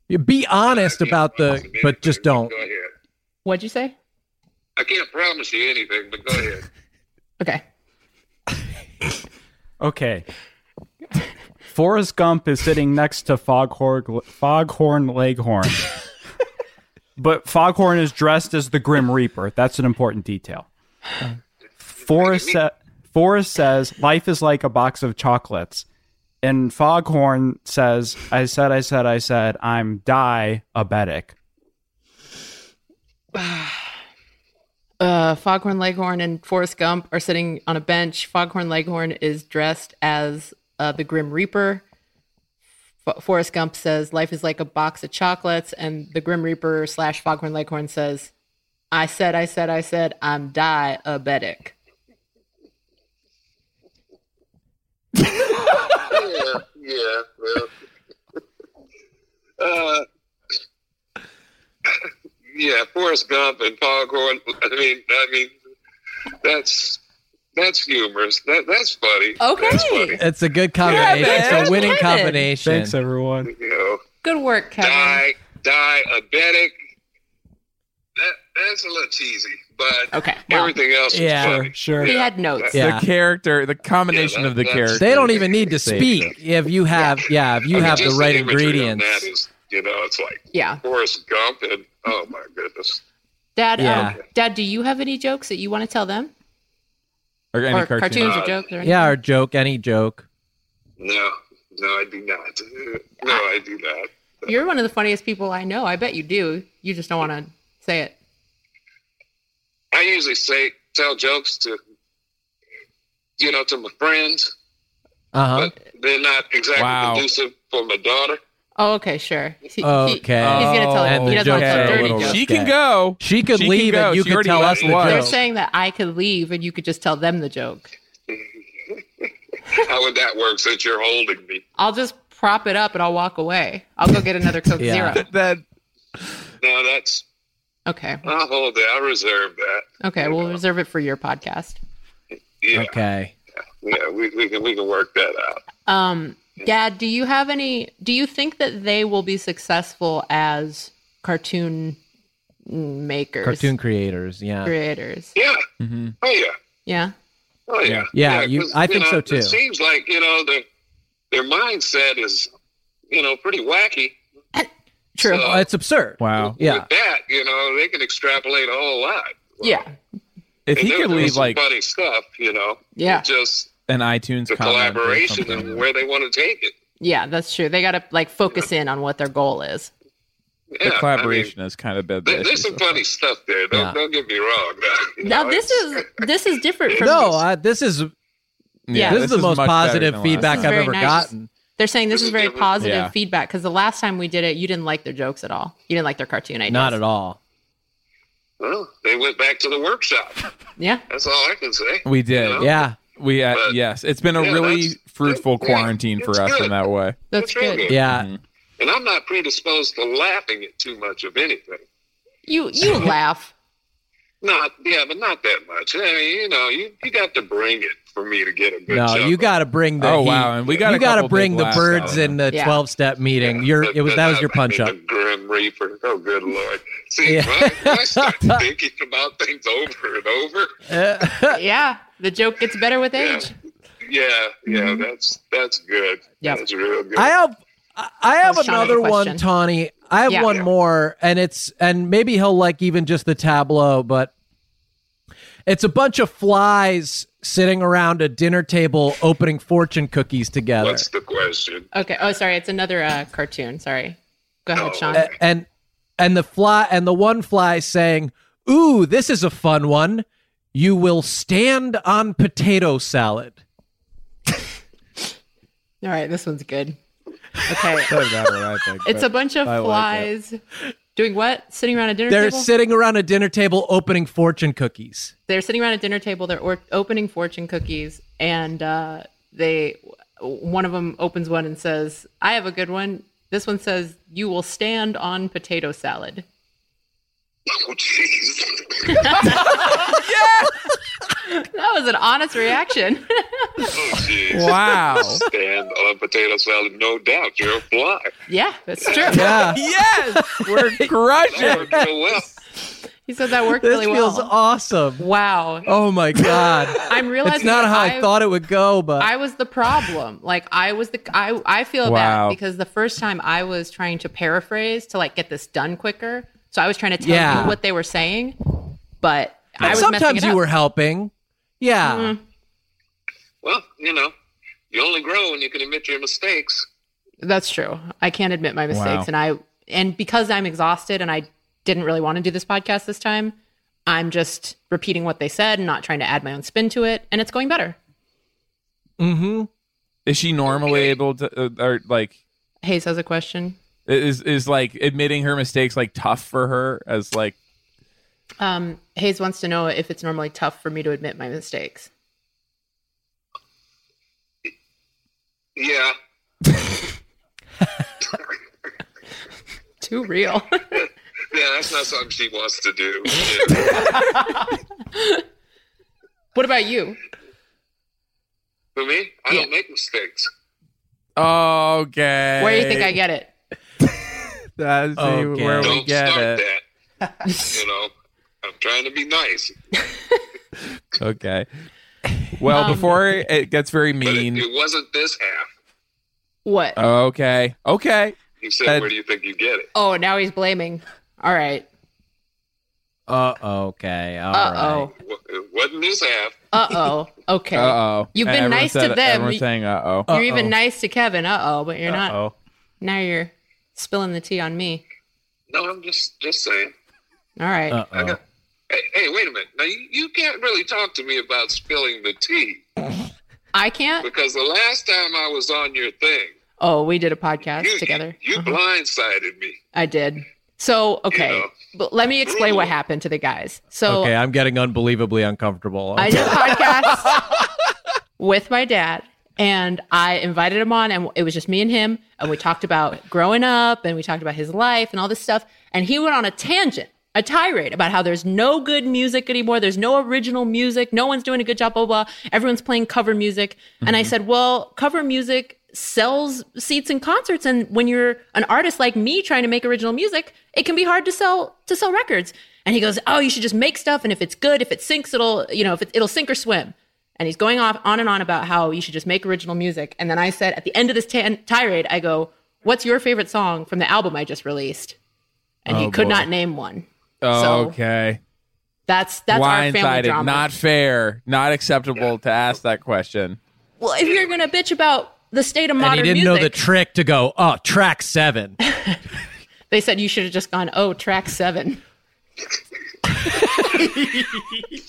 You be honest about the, but just don't.
Go ahead.
what'd you say?
I can't promise you anything, but go ahead.
Okay,
Okay. Forrest Gump is sitting next to Foghorn, Foghorn Leghorn. but Foghorn is dressed as the Grim Reaper. That's an important detail. Forrest, sa- Forrest says, Life is like a box of chocolates. And Foghorn says, I said, I said, I said, I'm diabetic.
uh, Foghorn Leghorn and Forrest Gump are sitting on a bench. Foghorn Leghorn is dressed as uh, the Grim Reaper. F- Forrest Gump says, "Life is like a box of chocolates," and the Grim Reaper slash Foghorn Leghorn says, "I said, I said, I said, I'm diabetic."
yeah, yeah, well. uh, yeah, Forrest Gump and Foghorn. I mean, I mean, that's that's humorous. That that's funny.
Okay.
that's funny.
It's a good combination. it's a winning
Kevin.
combination.
Thanks, everyone.
[laughs] You know,
Good work, Kevin.
die diabetic. That that's a little cheesy, but
Okay, well,
everything else
yeah,
is funny.
Sure.
He had notes.
Yeah.
the character, the combination
Yeah,
of the
that's-
character.
They don't even need to speak if you have yeah if you
I mean,
have the
just
right
imagery on
ingredients.
That is, you know, it's like
Yeah.
Forrest Gump and oh my goodness.
Dad,
Yeah.
um, Dad, do you have any jokes that you want to tell them?
Or any
Or
cartoon.
cartoons or jokes? Or anything?
Yeah, or joke, any joke.
No, no, I do not. [laughs] No, I do not.
You're one of the funniest people I know. I bet you do. You just don't want to say it.
I usually say tell jokes to you know to my friends,
Uh huh.
but they're not exactly
Wow.
conducive for my daughter.
Oh, okay, sure. He- he-
Okay.
he's going to tell
and
He
the
doesn't want to
jokes
tell
are a
dirty
little
jokes.
Oh. She can go.
She could
She can
leave
go.
and you
She
could
already
tell us the
left.
joke.
They're saying that I could leave and you could just tell them the joke.
How would that work since you're holding me?
I'll just prop it up and I'll walk away. I'll go get another
[laughs]
Coke
Yeah.
Zero.
That
No, that's
Okay.
I'll hold that. I reserve that.
Okay. We'll reserve it for your podcast.
Yeah,
Okay.
yeah, we, we can we can work that out.
Um, Dad, do you have any? Do you think that they will be successful as cartoon makers,
Cartoon creators, yeah.
creators?
Yeah. Oh yeah.
Yeah.
Oh yeah.
Mm-hmm. Yeah, you-
'cause,
I think
know,
so, too.
It seems like you know their their mindset is you know pretty wacky.
True.
So-
Oh, it's absurd.
Wow.
Yeah.
With that, you know, they can extrapolate a whole lot.
yeah.
if he
And there-
could
there was
leave
some
like
funny stuff, you know.
Yeah.
It's just
an iTunes
the
comment or
collaboration
something.
and where they want to take it.
Yeah, that's true. They got to like focus in on what their goal is.
Yeah, I
the
mean,
collaboration has kind of been.
there-
the issue
there's some
so
funny stuff there. Don't,
Yeah.
don't get me wrong. [laughs] You
Now
know,
this
it's-
is this is different from
No, I, this is
far.
Yeah,
this, is the most
much better
positive
than last
feedback
This is
I've
very
ever
nice.
gotten.
They're saying this
This
is
is
very
different.
positive
Yeah.
feedback because the last time we did it, you didn't like their jokes at all. You didn't like their cartoon ideas.
Not at all.
Well, they went back to the workshop.
Yeah.
That's all I can say.
We did.
Oh.
You know?
Yeah.
We uh,
But-
yes, it's been a
Yeah,
really
that's-
fruitful
yeah,
quarantine for
it's
us in
good.
that way.
That's
It's real
good.
Yeah.
Mm-hmm.
And I'm not predisposed to laughing at too much of anything.
You you laugh.
Not yeah, but not that much. I mean, you know, you, you got to bring it for me to get a good.
No,
chuckle.
you got to bring the
Oh,
heat.
wow, and we got
you
a
gotta
couple
bring
big
the
laughs out
birds
of
in the
Yeah.
twelve step meeting. Your it was that was your punch up.
The Grim Reaper. Oh, good lord! See,
Yeah.
when I- when
[laughs]
I start thinking about things over and over.
yeah. The joke gets better with age.
Yeah,
Mm-hmm.
yeah, that's that's good.
Yep.
That's real good.
uh,
I have I- I have
Sean has a
another one,
question.
Tawny. I have
Yeah.
one more, and it's and maybe he'll like even just the tableau, but it's a bunch of flies sitting around a dinner table opening fortune cookies together.
What's the question? [laughs]
Okay. Oh, sorry. It's another uh, cartoon. Sorry. Go ahead,
Oh,
Sean.
A- and and the fly and the one fly saying, "Ooh, this is a fun one. You will stand on potato salad."
All right. This one's good. Okay.
That's better than I think,
It's
but-
a bunch of
I like
flies Doing what? Sitting around a dinner
They're
table?
sitting around a dinner table opening fortune
[laughs]
cookies.
they're sitting around a dinner table. They're or- opening fortune cookies, and uh, they one of them opens one and says, "I have a good one." This one says, "You will stand on potato salad."
Oh, jeez.
[laughs]
That was an honest reaction. [laughs]
Oh, jeez.
Wow.
Stand on potato salad, no doubt. You're
[laughs]
a fly.
yeah, that's true.
Yeah.
yes,
[laughs]
we're
That
crushing.
worked real well.
He said that worked
This
really
feels
well.
awesome.
Wow.
Oh
[laughs]
my god.
I'm realizing
it's not
that
how I
I've-
thought it would go, but
I was the problem. Like I was the I I feel
Wow.
bad because the first time I was trying to paraphrase to like get this done quicker. So I was trying to tell
Yeah.
you what they were saying, but I was messing
sometimes
it
you
up. Mm-hmm.
were helping. Yeah.
Well, you know, you only grow when you can admit your mistakes.
That's true. I can't admit my mistakes,
Wow.
and I and because I'm exhausted and I didn't really want to do this podcast this time, I'm just repeating what they said and not trying to add my own spin to it, and it's going better.
Mm-hmm.
[laughs] Is she normally able to, uh, or like,
Hayes has a question.
is is like admitting her mistakes like tough for her as like
Um, Hayes wants to know if it's normally tough for me to admit my mistakes.
Yeah.
Too real. [laughs]
Yeah, that's not something she wants to do. Yeah.
[laughs]
what about you?
For me, I
Yeah.
don't make mistakes.
okay.
Where do you think I get it?
[laughs] That's
Okay.
where we
Don't
get
start
it. [laughs]
that. you know, I'm trying to be nice.
[laughs]
Okay.
Um,
Well, before it gets very
But
mean.
it, it wasn't this half.
What?
Uh,
Okay. Okay.
He said,
Uh,
where do you think you get it?
oh, now he's blaming. All right.
Uh okay. All
Uh
right.
oh.
Wa- It wasn't this half.
Uh
[laughs]
oh. Okay.
Uh oh.
You've been nice to them.
Everyone's
You-
saying uh oh.
You're even nice to Kevin. Uh oh, but you're not.
Oh.
Now you're spilling the tea on me.
No, I'm just just saying.
All right.
Uh.
I got, hey, hey, wait a minute. Now, you, you can't really talk to me about spilling the tea
I can't.
because the last time I was on your thing,
Oh, we did a podcast
you,
together.
you, you blindsided me.
I did. So, okay.
Yeah.
But let me explain what happened to the guys. So,
Okay, I'm getting unbelievably uncomfortable.
I did
[laughs]
a podcast with my dad, and I invited him on, and it was just me and him, and we talked about growing up, and we talked about his life and all this stuff, and he went on a tangent, a tirade about how there's no good music anymore, there's no original music, no one's doing a good job, blah blah, blah. everyone's playing cover music, and I said, well, cover music sells seats in concerts and when you're an artist like me trying to make original music it can be hard to sell to sell records and he goes oh you should just make stuff and if it's good if it sinks it'll you know if it, it'll sink or swim and he's going off on and on about how you should just make original music and then i said at the end of this tan- tirade i go what's your favorite song from the album i just released and he
Oh,
could
boy.
not name one
Oh,
So-
okay.
that's that's our family
Blindsided.
drama
Not fair. Not acceptable to ask that question.
well if you're gonna bitch about the state of
and
modern
he didn't know the
music
trick to go, oh, track
[laughs]
seven.
they said you should have just gone oh track seven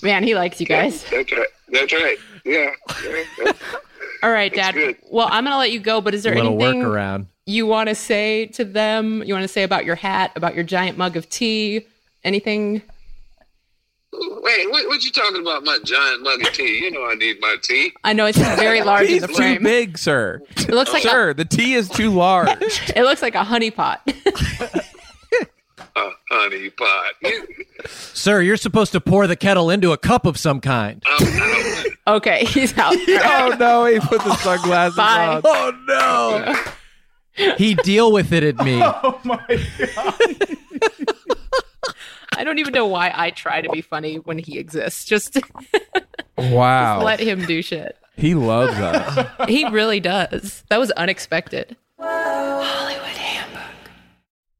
man he likes you guys
That's right. That's right. Yeah. yeah, yeah.
All right, Dad.
good.
Well, I'm gonna let you go, but is there
Little
anything
workaround.
you want to say to them? You want to say about your hat, about your giant mug of tea, anything?
Wait, what, what you talking about? My giant mug of tea. You know I need my tea.
I know it's
[laughs]
very large in
He's
the
too
frame.
big, sir.
It looks like
sir, the tea is too
[laughs]
large.
a, it looks like a honey pot.
Uh, honey pot. You,
Sir, you're supposed to pour the kettle into a cup of some kind.
I'm out.
[laughs] okay,
[laughs]
he's out.
oh no, he put the sunglasses
Bye.
on.
Oh no.
[laughs]
he deal with it at me.
Oh my god.
I don't even know why I try to be funny when he exists. Just [laughs]
Wow.
let him do shit.
he loves us.
He really does. That was unexpected.
[laughs]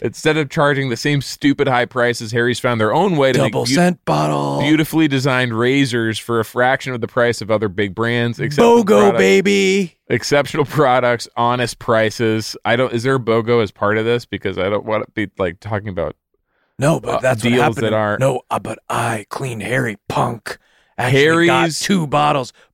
Instead of charging the same stupid high prices, Harry's found their own way to
Double
make beau-
scent bottle.
beautifully designed razors for a fraction of the price of other big brands. Except the
BOGO,
product-
baby.
exceptional products, honest prices. I don't. Is there a BOGO as part of this? Because I don't want to be like talking about.
No,
uh,
but that's
deals
what happened.
that
to-
aren't-
No, uh, but I clean Harry punk. Actually got
Harry's-
two bottles.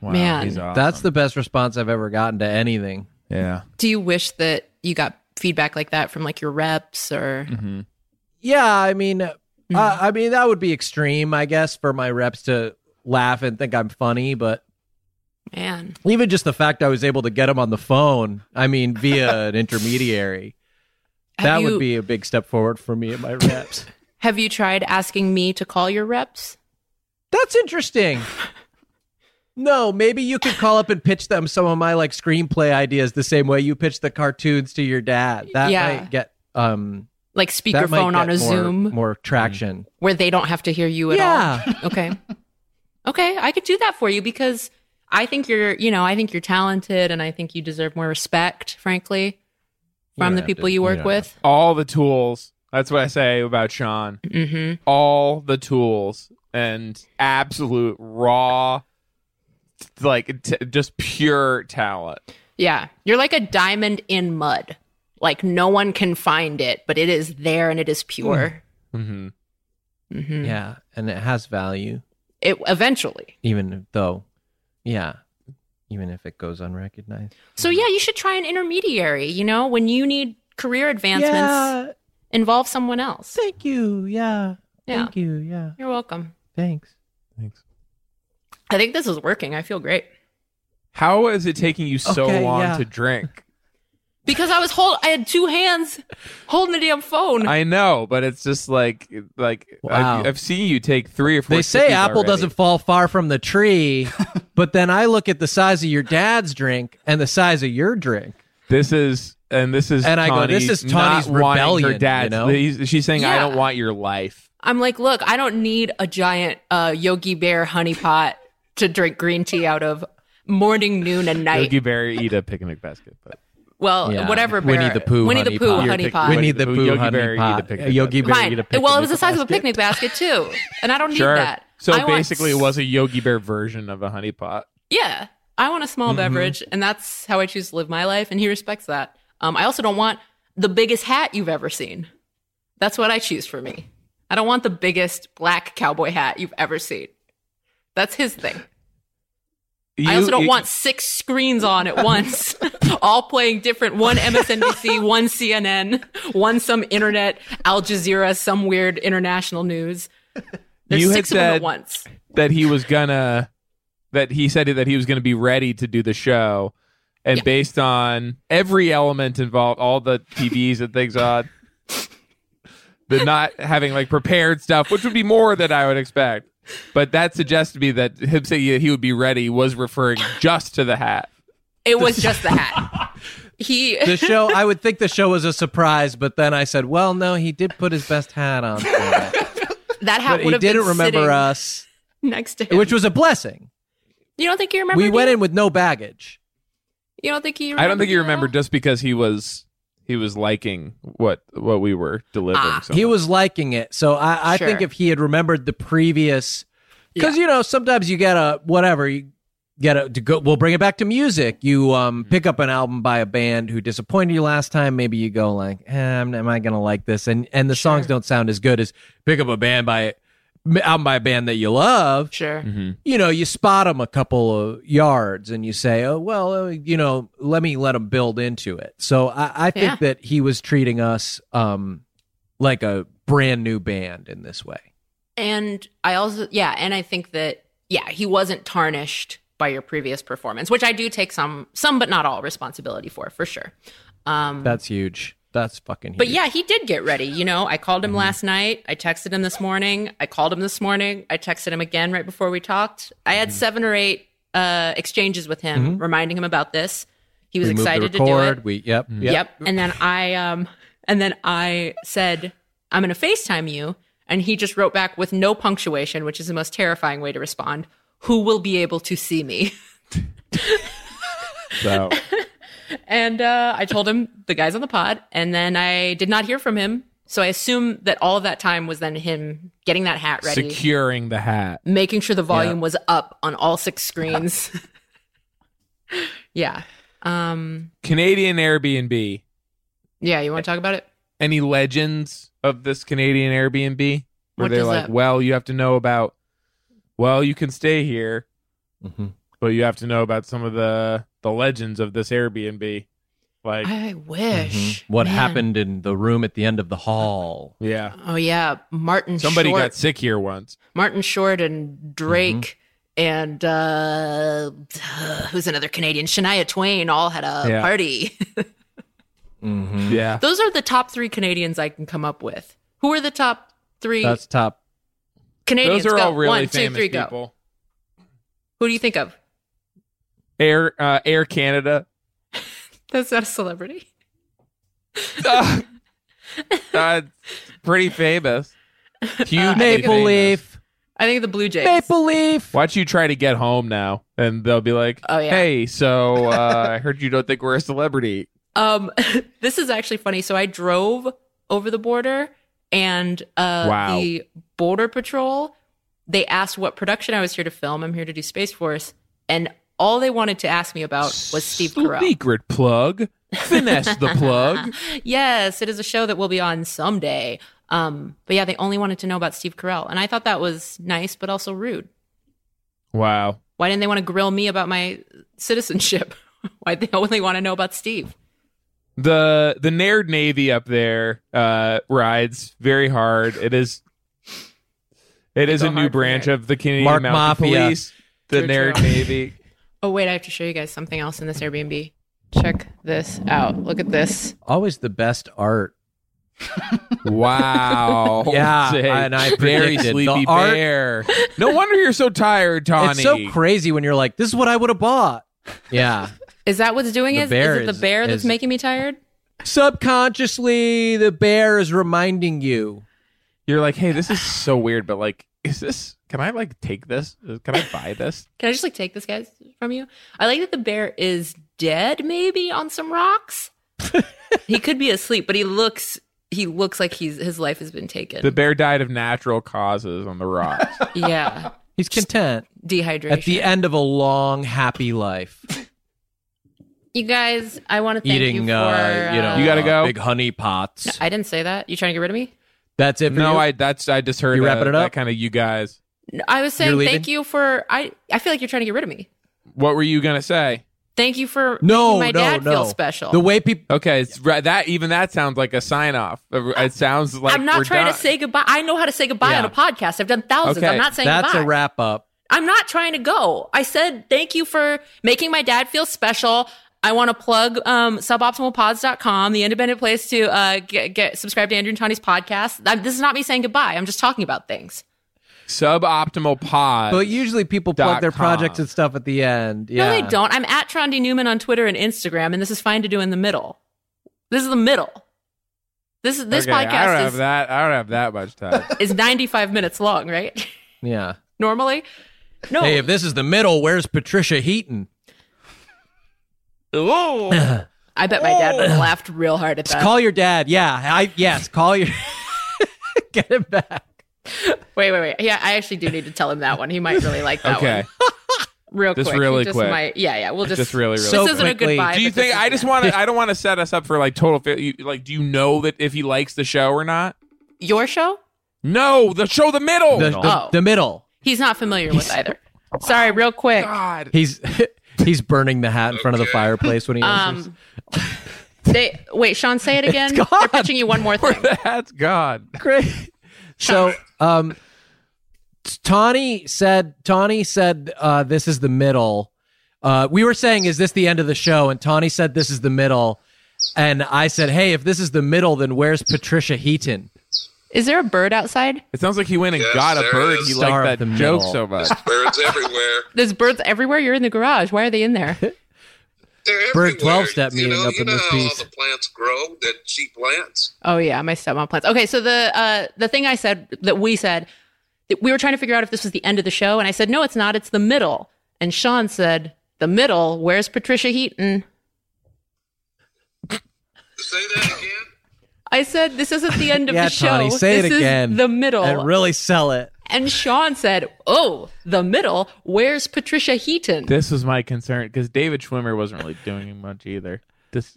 Wow, Man, he's
That's the best response I've ever gotten to anything.
yeah.
Do you wish that you got feedback like that from like your reps or
Mm-hmm. Yeah, I mean, uh,
Mhm.
I mean that would be extreme, I guess, for my reps to laugh and think I'm funny. But
man?
even just the fact I was able to get them on the phone, I mean, via [laughs] an intermediary,
Have
that
you-
would be a big step forward for me and my reps.
Have you tried asking me to call your reps?
That's interesting. No, maybe you could call up and pitch them some of my like screenplay ideas the same way you pitched the cartoons to your dad. That
Yeah.
might get um
Like
that might
speakerphone on a
get more-
Zoom
more traction.
where they don't have to hear you at [laughs]
Yeah.
Mm. all. Okay. okay, I could do that for you because I think you're, you know, I think you're talented and I think you deserve more respect, frankly,
don't
from the
have
people
to-
you
you
work
don't
with.
All the tools That's what I say about Sean.
Mm-hmm.
All the tools and absolute raw, like t- just pure talent.
Yeah. You're like a diamond in mud. Like no one can find it, but it is there and it is pure.
Mm-hmm.
Mm-hmm.
Yeah, and it has value,
It eventually.
even though, yeah, even if it goes unrecognized.
So yeah, you should try an intermediary, you know, when you need career advancements, involve someone else.
thank you. Yeah,
Yeah.
thank you. Yeah,
You're welcome.
thanks.
I think this is working. I feel great.
How is it taking you so
Okay,
long
yeah.
to drink?
Because I was hold I had two hands holding a damn phone.
I know, but it's just like like
Wow.
I've, I've seen you take three or four.
They say
sippies
apple
already.
doesn't fall far from the
[laughs]
tree, but then I look at the size of your dad's drink and the size of your drink.
This is and this is
And I go,
Tawny
this is
not
Tawny's
wanting Her
rebellion,
dad,
you know?
He's- she's saying, "I
Yeah.
don't want your life."
I'm like, look, I don't need a giant uh, Yogi Bear honey pot to drink green tea out of morning, noon, and night.
Yogi Bear eat a picnic basket, but
well,
Yeah.
Uh, whatever bear.
Winnie the Pooh
Winnie the
honey
Pooh
pot.
honey
You're
pot.
Winnie the Pooh
Yogi
honey
Bear eat a
pot.
picnic
Uh, Yogi
basket.
Bear
Fine.
eat a
well, it
picnic
was the size of a
basket.
picnic basket too, and I don't need
sure.
that.
So
I want-
basically, it was a Yogi Bear version of a honey pot.
Yeah, I want a small
Mm-hmm.
beverage, and that's how I choose to live my life, and he respects that. Um, I also don't want the biggest hat you've ever seen. That's what I choose for me. I don't want the biggest black cowboy hat you've ever seen. That's his thing. I
You-
also don't
you-
want six screens on at
[laughs]
once, [laughs] all playing different one MSNBC, one CNN, one some internet, Al Jazeera, some weird international news. There's
You had
six of them
said-
at once.
that he was gonna that he said that he was gonna be ready to do the show, and based on every element involved, all the TVs and things on, but not having like prepared stuff, which would be more than I would expect. But that suggests to me that him saying that he would be ready was referring just to the hat. [laughs]
It was just the hat. He
[laughs] The show, I would think the show was a surprise, but then I said, well, no, he did put his best hat on, for it.
that hat
but
would
he
have been
didn't remember uh,
sitting
us,
next to him.
which was a blessing.
you don't think he remembered?
We went
you?
in with no baggage.
You don't think he? Remembered
I don't think he
you at
remembered
all?
just because he was he was liking what what we were delivering.
Ah.
so
He
much.
was liking it. So I, I
Sure.
think if he had remembered the previous, because you know sometimes you get a whatever you get a to go. We'll bring it back to music. You um pick up an album by a band who disappointed you last time. Maybe you go like, eh, am, am I gonna like this? And and the songs don't sound as good as pick up a band by album by a band that you love
Sure.
Mm-hmm.
you know, you spot them a couple of yards and you say, oh, well, uh, you know, let me let them build into it. So I, I think
Yeah.
that he was treating us um, like a brand new band in this way.
And I also, yeah, and I think that, yeah, he wasn't tarnished by your previous performance, which I do take some, some but not all responsibility for, for sure. Um,
That's huge. That's fucking huge.
but yeah, he did get ready. You know, I called him
Mm-hmm.
last night. I texted him this morning. I called him this morning. I texted him again right before we talked. I
Mm-hmm.
had seven or eight uh, exchanges with him, reminding him about this. He was
we moved
excited
the
to do
record.
it.
We, yep,
Yep.
yep.
And then I um and then I said, I'm gonna FaceTime you. And he just wrote back with no punctuation, which is the most terrifying way to respond. Who will be able to see me?
so
And uh, I told him the guy's on the pod, and then I did not hear from him. So I assume that all of that time was then him getting that hat ready,
securing the hat.
making sure the volume was up on all six screens. [laughs] yeah. Um,
Canadian Airbnb.
yeah, you want to talk about it?
any legends of this Canadian Airbnb where
What
they're
does
like,
that-
well, you have to know about, well, you can stay here,
Mhm.
but you have to know about some of the the legends of this Airbnb. Like, mm-hmm.
I wish.
Mhm. What
Man.
happened in the room at the end of the hall?
yeah,
Oh yeah, Martin.
somebody
Short.
got sick here once.
Martin Short and Drake
Mm-hmm.
and uh, [sighs] who's another Canadian? Shania Twain all had a
Yeah.
party. [laughs]
Mhm.
Yeah,
Those are the top three Canadians I can come up with. Who are the top three
That's top.
Canadians?
those are
go.
all really
One, two,
famous
three, go.
people.
Who do you think of?
Air uh, Air
[laughs]
Canada.
That's not a celebrity.
uh, uh, pretty
[laughs]
famous. Huge
Maple Leaf.
I think the Blue Jays.
Maple Leaf.
Watch you try to get home now, and they'll be like,
Oh, yeah.
"Hey, so uh, I heard you don't
[laughs]
think we're a celebrity."
Um, this is actually funny. So I drove over the border and uh,
Wow.
the Border Patrol. They asked what production I was here to film. I'm here to do Space Force, and all they wanted to ask me about was Oh, Steve Carell.
Secret plug. Finesse
[laughs]
the plug.
yes, it is a show that will be on someday. Um, but yeah, they only wanted to know about Steve Carell, and I thought that was nice, but also rude.
Wow.
Why didn't they want to grill me about my citizenship? [laughs] Why they only want to know about Steve?
The the Naird Navy up there uh, rides very hard. It is it is
go
a new
hard for
branch
Naird.
of the Canadian
Mark
Mountain
Mafia.
Police. The
True,
Naird
true.
Navy.
Oh wait, I have to show you guys something else in this Airbnb. Check this out. Look at this.
Always the best art.
Wow.
[laughs] Yeah,
Say,
and I
very
predicted
sleepy
the art-
bear. No wonder you're so tired, Tawny.
It's so crazy when you're like, this is what I would have bought. Yeah.
Is that what's doing
The
it?
bear
Is it the
is-
bear that's
is-
making me tired?
[laughs] Subconsciously, the bear is reminding you.
you're like, hey, this is so weird, but like, is this? Can I like take this? Can I buy this?
Can I just like take this guys from you? I like that the bear is dead, maybe on
[laughs]
some rocks. he could be asleep, but he looks he looks like he's his life has been taken.
The bear died of natural causes on the rocks.
yeah,
He's content
dehydration.
at the end of a long, happy
[laughs]
life.
you guys, I want to thank
eating,
you for.
uh, you know,
You gotta
uh,
go?
Big honey pots.
I didn't say that. You trying to get rid of me?
That's it. [laughs] For
no,
you?
I that's I just heard
You wrapping
uh,
it
that
up?
kind of you guys.
No, I was saying
You're leaving?
thank you for. I I feel like you're trying to get rid of me.
What were you gonna say?
Thank you for
No,
making my
no,
dad
no.
feel special.
The way people.
Okay, it's right, that even that sounds like a sign off. It sounds like
I'm not
we're
trying
done.
to say goodbye. I know how to say goodbye
Yeah.
on a podcast. I've done thousands.
Okay,
I'm not saying
That's
goodbye.
a wrap up.
I'm not trying to go. I said thank you for making my dad feel special. I want to plug um, suboptimalpods.com, the independent place to uh, get, get subscribe to Andrew and Tony's podcast. i this is not me saying goodbye. I'm just talking about things.
suboptimal pod.
But usually people plug
Uh, Dot
their
com.
projects and stuff at the end. Yeah.
No, they don't. I'm at Trondi Newman on Twitter and Instagram, and this is fine to do in the middle. This is the middle. This is this
Okay, I don't
podcast
have
is,
that. I don't have that much time.
[laughs]
is 95 minutes long, right? [laughs]
Yeah.
Normally, no.
Hey, if this is the middle, where's Patricia Heaton?
I bet my dad would have laughed real hard at
Just
that.
call your dad. Yeah. I yes. Call your. Get him back.
wait, wait, wait. Yeah, I actually do need to tell him that one. He might really like that one.
okay,
real
Just
quick.
really
just
quick.
Might, yeah, yeah. We'll just,
just really, really.
So
quick.
This isn't a
quickly.
goodbye.
do you
but this
think
is-
I just want to? I don't want to set us up for like total. Fa- you, like, do you know that if he likes the show or not?
your show?
No, the show the middle.
The, the,
Oh.
the middle.
He's not familiar with
[laughs]
either. Sorry, real
[laughs]
quick.
God.
He's he's burning the hat in front of the fireplace when he answers.
Um, they wait, Sean, say it again.
gone.
They're pitching you one more thing.
That's God.
great. So, um, Tawny said, Tawny said, uh, this is the middle. Uh, we were saying, is this the end of the show? And Tawny said, this is the middle. And I said, hey, if this is the middle, then where's Patricia Heaton?
Is there a bird outside?
It sounds like he went and
Yes,
got a
there
bird.
is.
He
Star
liked
of
that
the
joke
middle.
so much.
Birds everywhere.
There's birds everywhere. You're in the garage. Why are they
[laughs]
in there?
They're
Bird
everywhere.
12-step
you
meeting
know,
up
you
in
know
this
how
piece.
all the plants grow that she plants.
Oh yeah, my stepmom plans. Okay, so the uh, the thing I said that we said that we were trying to figure out if this was the end of the show, and I said no, it's not. It's the middle. And Sean said the middle. Where's Patricia Heaton?
Say that again.
I said this isn't the end of
Yeah,
the show.
Tawny, say it
this
again.
is the middle.
And really sell it.
and Sean said, "Oh, the middle. Where's Patricia Heaton?"
This was my concern because David Schwimmer wasn't really doing much either. Does,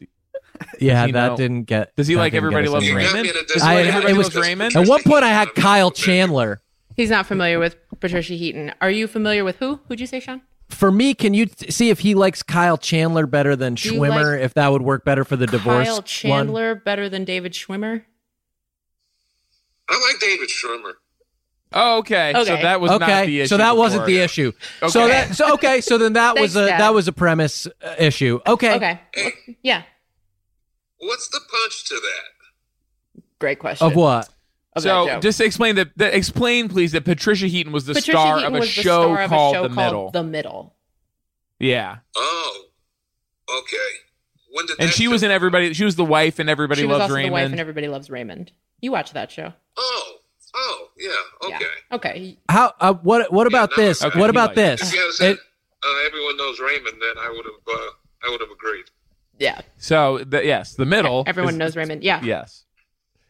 Yeah,
he
that
know-
didn't get.
does he
that
like
didn't get
Everybody
us
Loves
You
anywhere.
got
Raymond?
me to dislike
I-
everybody
it was-
else's
Raymond?
At
Patricia
one point, I had
Heaton.
Kyle Chandler.
He's not familiar with Patricia Heaton. Are you familiar with who? Who'd you say, Sean?
For me, can you t- see if he likes Kyle Chandler better than
you
Schwimmer?
like
if that would work better for the divorce
Kyle
one?
Chandler better than David Schwimmer.
I like David Schirmer.
Oh, okay. So
Okay.
that was not the
okay
issue.
so that wasn't
before.
the issue so
Okay.
that so okay so then that was
[laughs] Thanks,
a
Dad.
that was a premise uh, issue okay
Okay, yeah,
What's the punch to that?
great question.
of what
Of that
So
joke.
just explain that, that. Explain, please, that Patricia Heaton was the
Patricia
star
Heaton
of a
was the
show
star of a
called
show
The Middle.
The Middle.
yeah,
Oh, okay. When did
and
that
she was
show-
in everybody. She was the wife in Everybody
she was
Loves
also the wife
Raymond.
and Everybody Loves Raymond. You watch that show?
Oh, oh, yeah. Okay.
Yeah. Okay.
how uh, what what about
no,
this
okay,
what
he
about
liked
this
If you had said
It-
uh, everyone knows Raymond, then I would have uh, I would have agreed.
Yeah.
so the, yes, The Middle.
Everyone
is-
knows Raymond. Yeah.
Yes,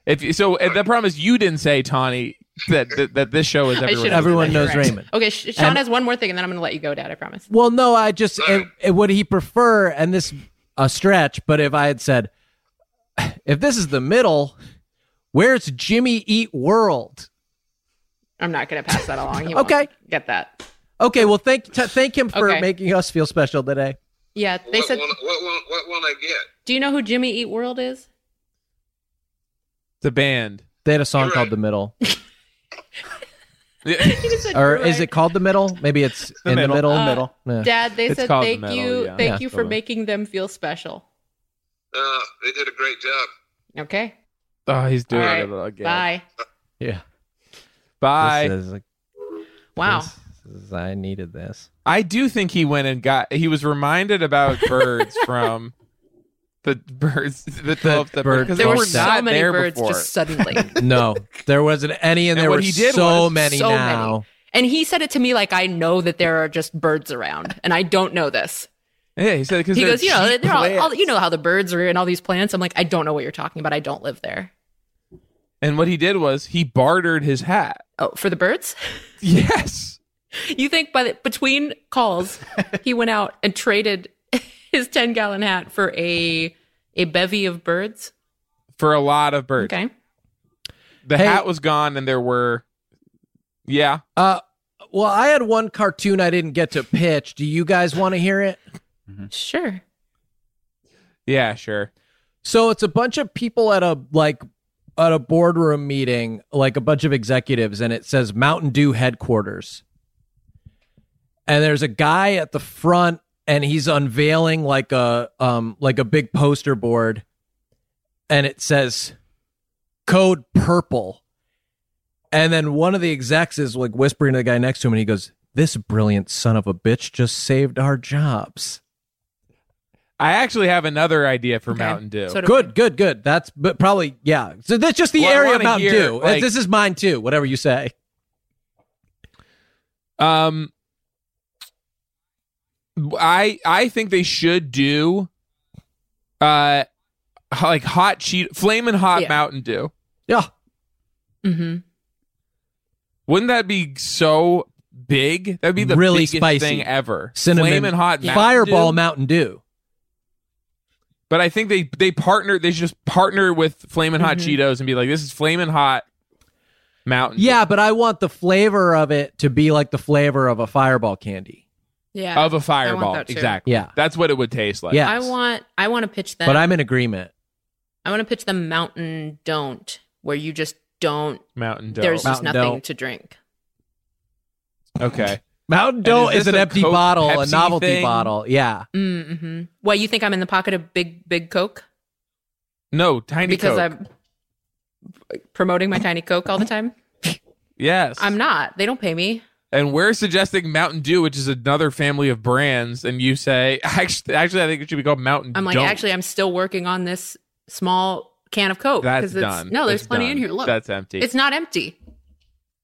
If you- so, and the problem is you didn't say Tawny that that, that this show is
I
everyone.
should've
Everyone
said
knows
that. You're right.
Raymond.
Okay, Sh- Sean
And-
has one more thing, and then I'm going to let you go, Dad. I promise.
Well, no, I just it, it, would he prefer, and this a stretch, but if I had said, [sighs] if this is the middle, where's Jimmy Eat World?
I'm not going to pass that along. He
Okay.
won't get that.
Okay, well, thank t- thank him for
Okay.
making us feel special today.
Yeah, they
what,
said.
will, what, will, what will I get?
Do you know who Jimmy Eat World is?
the band. [laughs]
They had a song
You're
called
right.
"The [laughs] Middle,"
[laughs] He just said
or
you're
is
right.
it called "The Middle"? Maybe it's in
Middle.
the middle.
Uh,
middle. Yeah.
Dad, they
It's
said
called the
thank
metal,
you,
yeah.
thank
Yeah,
you for
totally.
making them feel special.
Uh, they did a great job.
Okay,
Oh, he's doing
All right.
it again.
bye.
yeah.
Bye.
This is like,
Wow,
this is- I needed this.
I do think he went and got. He was reminded
[laughs]
about birds from the birds. The twelve the
bird
because
They
there
they
were
were
so
not
many
there
birds
before.
just
[laughs]
suddenly,
No, there wasn't any, and,
And
there
what
were
he did
so
was-
many
so
now.
many. and he said it to me like I know that there are just birds around, and I don't know this.
yeah, he said because
He goes, you know, they're all, all,
you
you know how the birds are in all these plants. I'm like, I don't know what you're talking about. I don't live there.
And what he did was he bartered his hat.
Oh, for the birds?
Yes.
You think by the, between calls, he went out and traded his 10 gallon hat for a a bevy of birds?
For a lot of birds.
Okay.
The
Hey.
hat was gone and there were Yeah.
Uh, well, I had one cartoon I didn't get to pitch. Do you guys want to hear it?
Sure.
Yeah, sure.
So it's a bunch of people at a like at a boardroom meeting, like a bunch of executives, and it says Mountain Dew headquarters. And there's a guy at the front, and he's unveiling like a um like a big poster board, and it says Code Purple. And then one of the execs is like whispering to the guy next to him, and he goes, "This brilliant son of a bitch just saved our jobs."
I actually have another idea for
Okay.
Mountain Dew.
So do
Good, good, good. That's but probably yeah. So that's just the
Well, I
area of
wanna
Mountain
hear,
Dew.
like-
this is mine too. Whatever you say.
um I I think they should do uh like hot cheat flaming hot
Yeah.
Mountain Dew.
Yeah,
Mm-hmm.
Wouldn't that be so big? That'd be the
Really
biggest
spicy.
thing ever.
cinnamon
Flamin' hot Mountain
Fireball
Dew.
Mountain Dew.
But I think they they partner. They should just partner with Flamin' Hot
Mm-hmm.
Cheetos and be like, "This is Flamin' Hot Mountain."
Yeah, but I want the flavor of it to be like the flavor of a Fireball candy.
Dew
Yeah.
of a fireball.
that too.
exactly.
Yeah.
that's what it would taste like.
Yeah.
I want I want to pitch them
But I'm in agreement.
I want to pitch them mountain don't where you just don't
Mountain Dew.
there's just
Mountain
nothing
Don't.
to drink.
okay.
Mountain Dew
is
is,
this
an
a
empty
Coke
bottle, a
Pepsi
novelty
thing?
bottle. Yeah,
Mm-hmm. Well, you think I'm in the pocket of big big coke
No, tiny
because
Coke.
I'm promoting my tiny coke all the time?
yes,
I'm not. They don't pay me.
And we're suggesting Mountain Dew, which is another family of brands, and you say, [laughs] "Actually, actually I think it should be called Mountain."
I'm like,
Don't."
actually, I'm still working on this small can of Coke.
that's
'cause it's,
done.
No, there's
It's
plenty
done.
in here. Look,
that's empty.
it's not empty.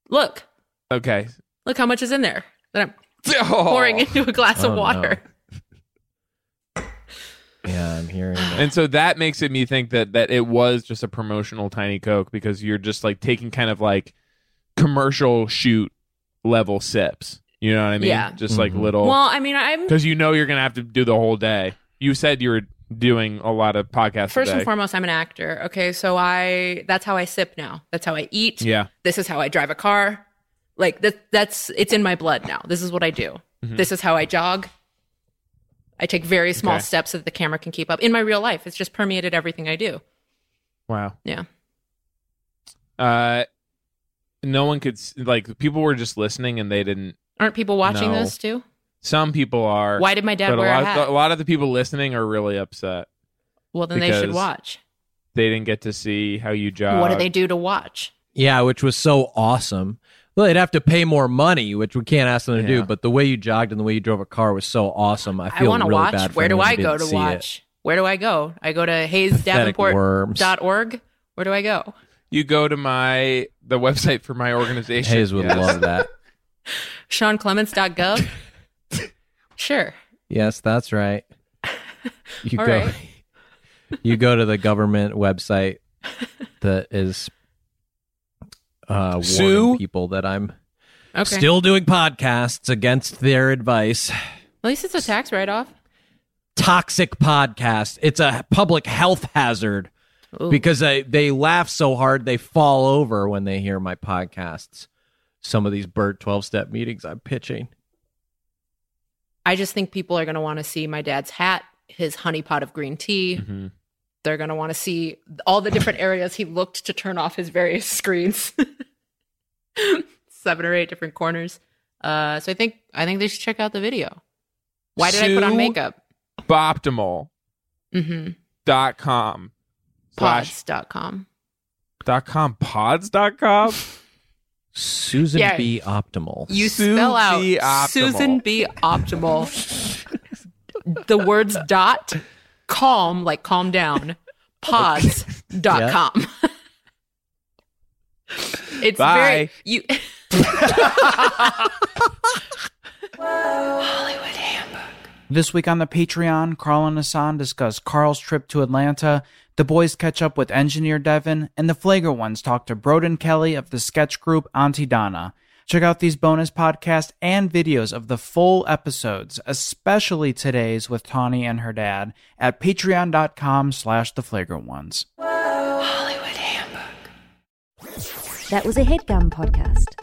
Look,
okay.
look how much is in there that
[laughs]
I'm
Oh.
pouring into a glass
Oh,
of
no.
water.
yeah, I'm hearing. that.
And so that makes it me think that that it was just a promotional tiny coke because you're just like taking kind of like commercial shoot level sips. You know what I mean?
Yeah.
Just like
Mhm.
little
Well, I mean, I'm
because you know you're gonna have to do the whole day. You said you were doing a lot of podcasts.
first
today.
and foremost, I'm an actor. Okay, so I that's how I sip now. That's how I eat.
Yeah.
This is how I drive a car. Like that. That's it's in my blood now. This is what I do.
Mm-hmm.
This is how I jog. I take very small
Okay.
steps so that the camera can keep up. In my real life, it's just permeated everything I do.
Wow.
Yeah.
Uh no one could s- like people were just listening and they didn't
Aren't people watching
No.
this too?
some people are
Why did my dad
but a
wear a,
lot,
hat?
a lot of the people listening are really upset.
well, then they should
because-
watch.
They didn't get to see how you
uh,
jog.
what do they do to watch?
Yeah, which was so awesome. Well, they'd have to pay more money, which we can't ask them to
Yeah.
do. But the way you jogged and the way you drove a car was so awesome. I
I,
feel
want to
really bad.
watch.
For
Where do
anyone who
I go
didn't
to
see it.
watch? Where do I go? I go to
Pathetic
hayesdavenport.org.
worms.
Where do I go?
You go to my the website for my organization.
Hayes would
Yes.
love that. [laughs]
SeanClements.gov? sure.
Yes,
[laughs]
that's right. You
[laughs]
All
go.
right.
You go to the government website
that is uh,
Sue?
warning people that I'm
Okay.
still doing podcasts against their advice.
At least it's a tax write off.
Toxic podcast. It's a public health hazard because I, they laugh so hard they fall over when they hear my podcasts. Some of these Bert 12 step meetings I'm pitching.
I just think people are going to want to see my dad's hat, his honey pot of green tea.
Mm-hmm.
Mhm.
They're going to want to see all the different areas he looked to turn off his various [laughs] screens. Seven or eight different corners. Uh, so I think I think they should check out the video. Why did I put on
Sue
makeup?
Boptimal.com
Mm-hmm.
slash
Pods.com.
dot com pods dot com.
Susan
Yeah.
B. Optimal.
You
Sue
spell out
B. Optimal.
Susan B. Optimal. the words dot calm, like
[laughs]
calm down, pods dot com. [laughs] it's
Bye.
very you
This week on the Patreon, Carl and Hassan discuss Carl's trip to Atlanta, the boys catch up with engineer Devin, and the Flager ones talk to Broden Kelly of the sketch group Auntie Donna. Check out these bonus podcasts and videos of the full episodes, especially today's with Tawny and her dad, at patreon.com slash the Flager ones.
That was a headgum podcast.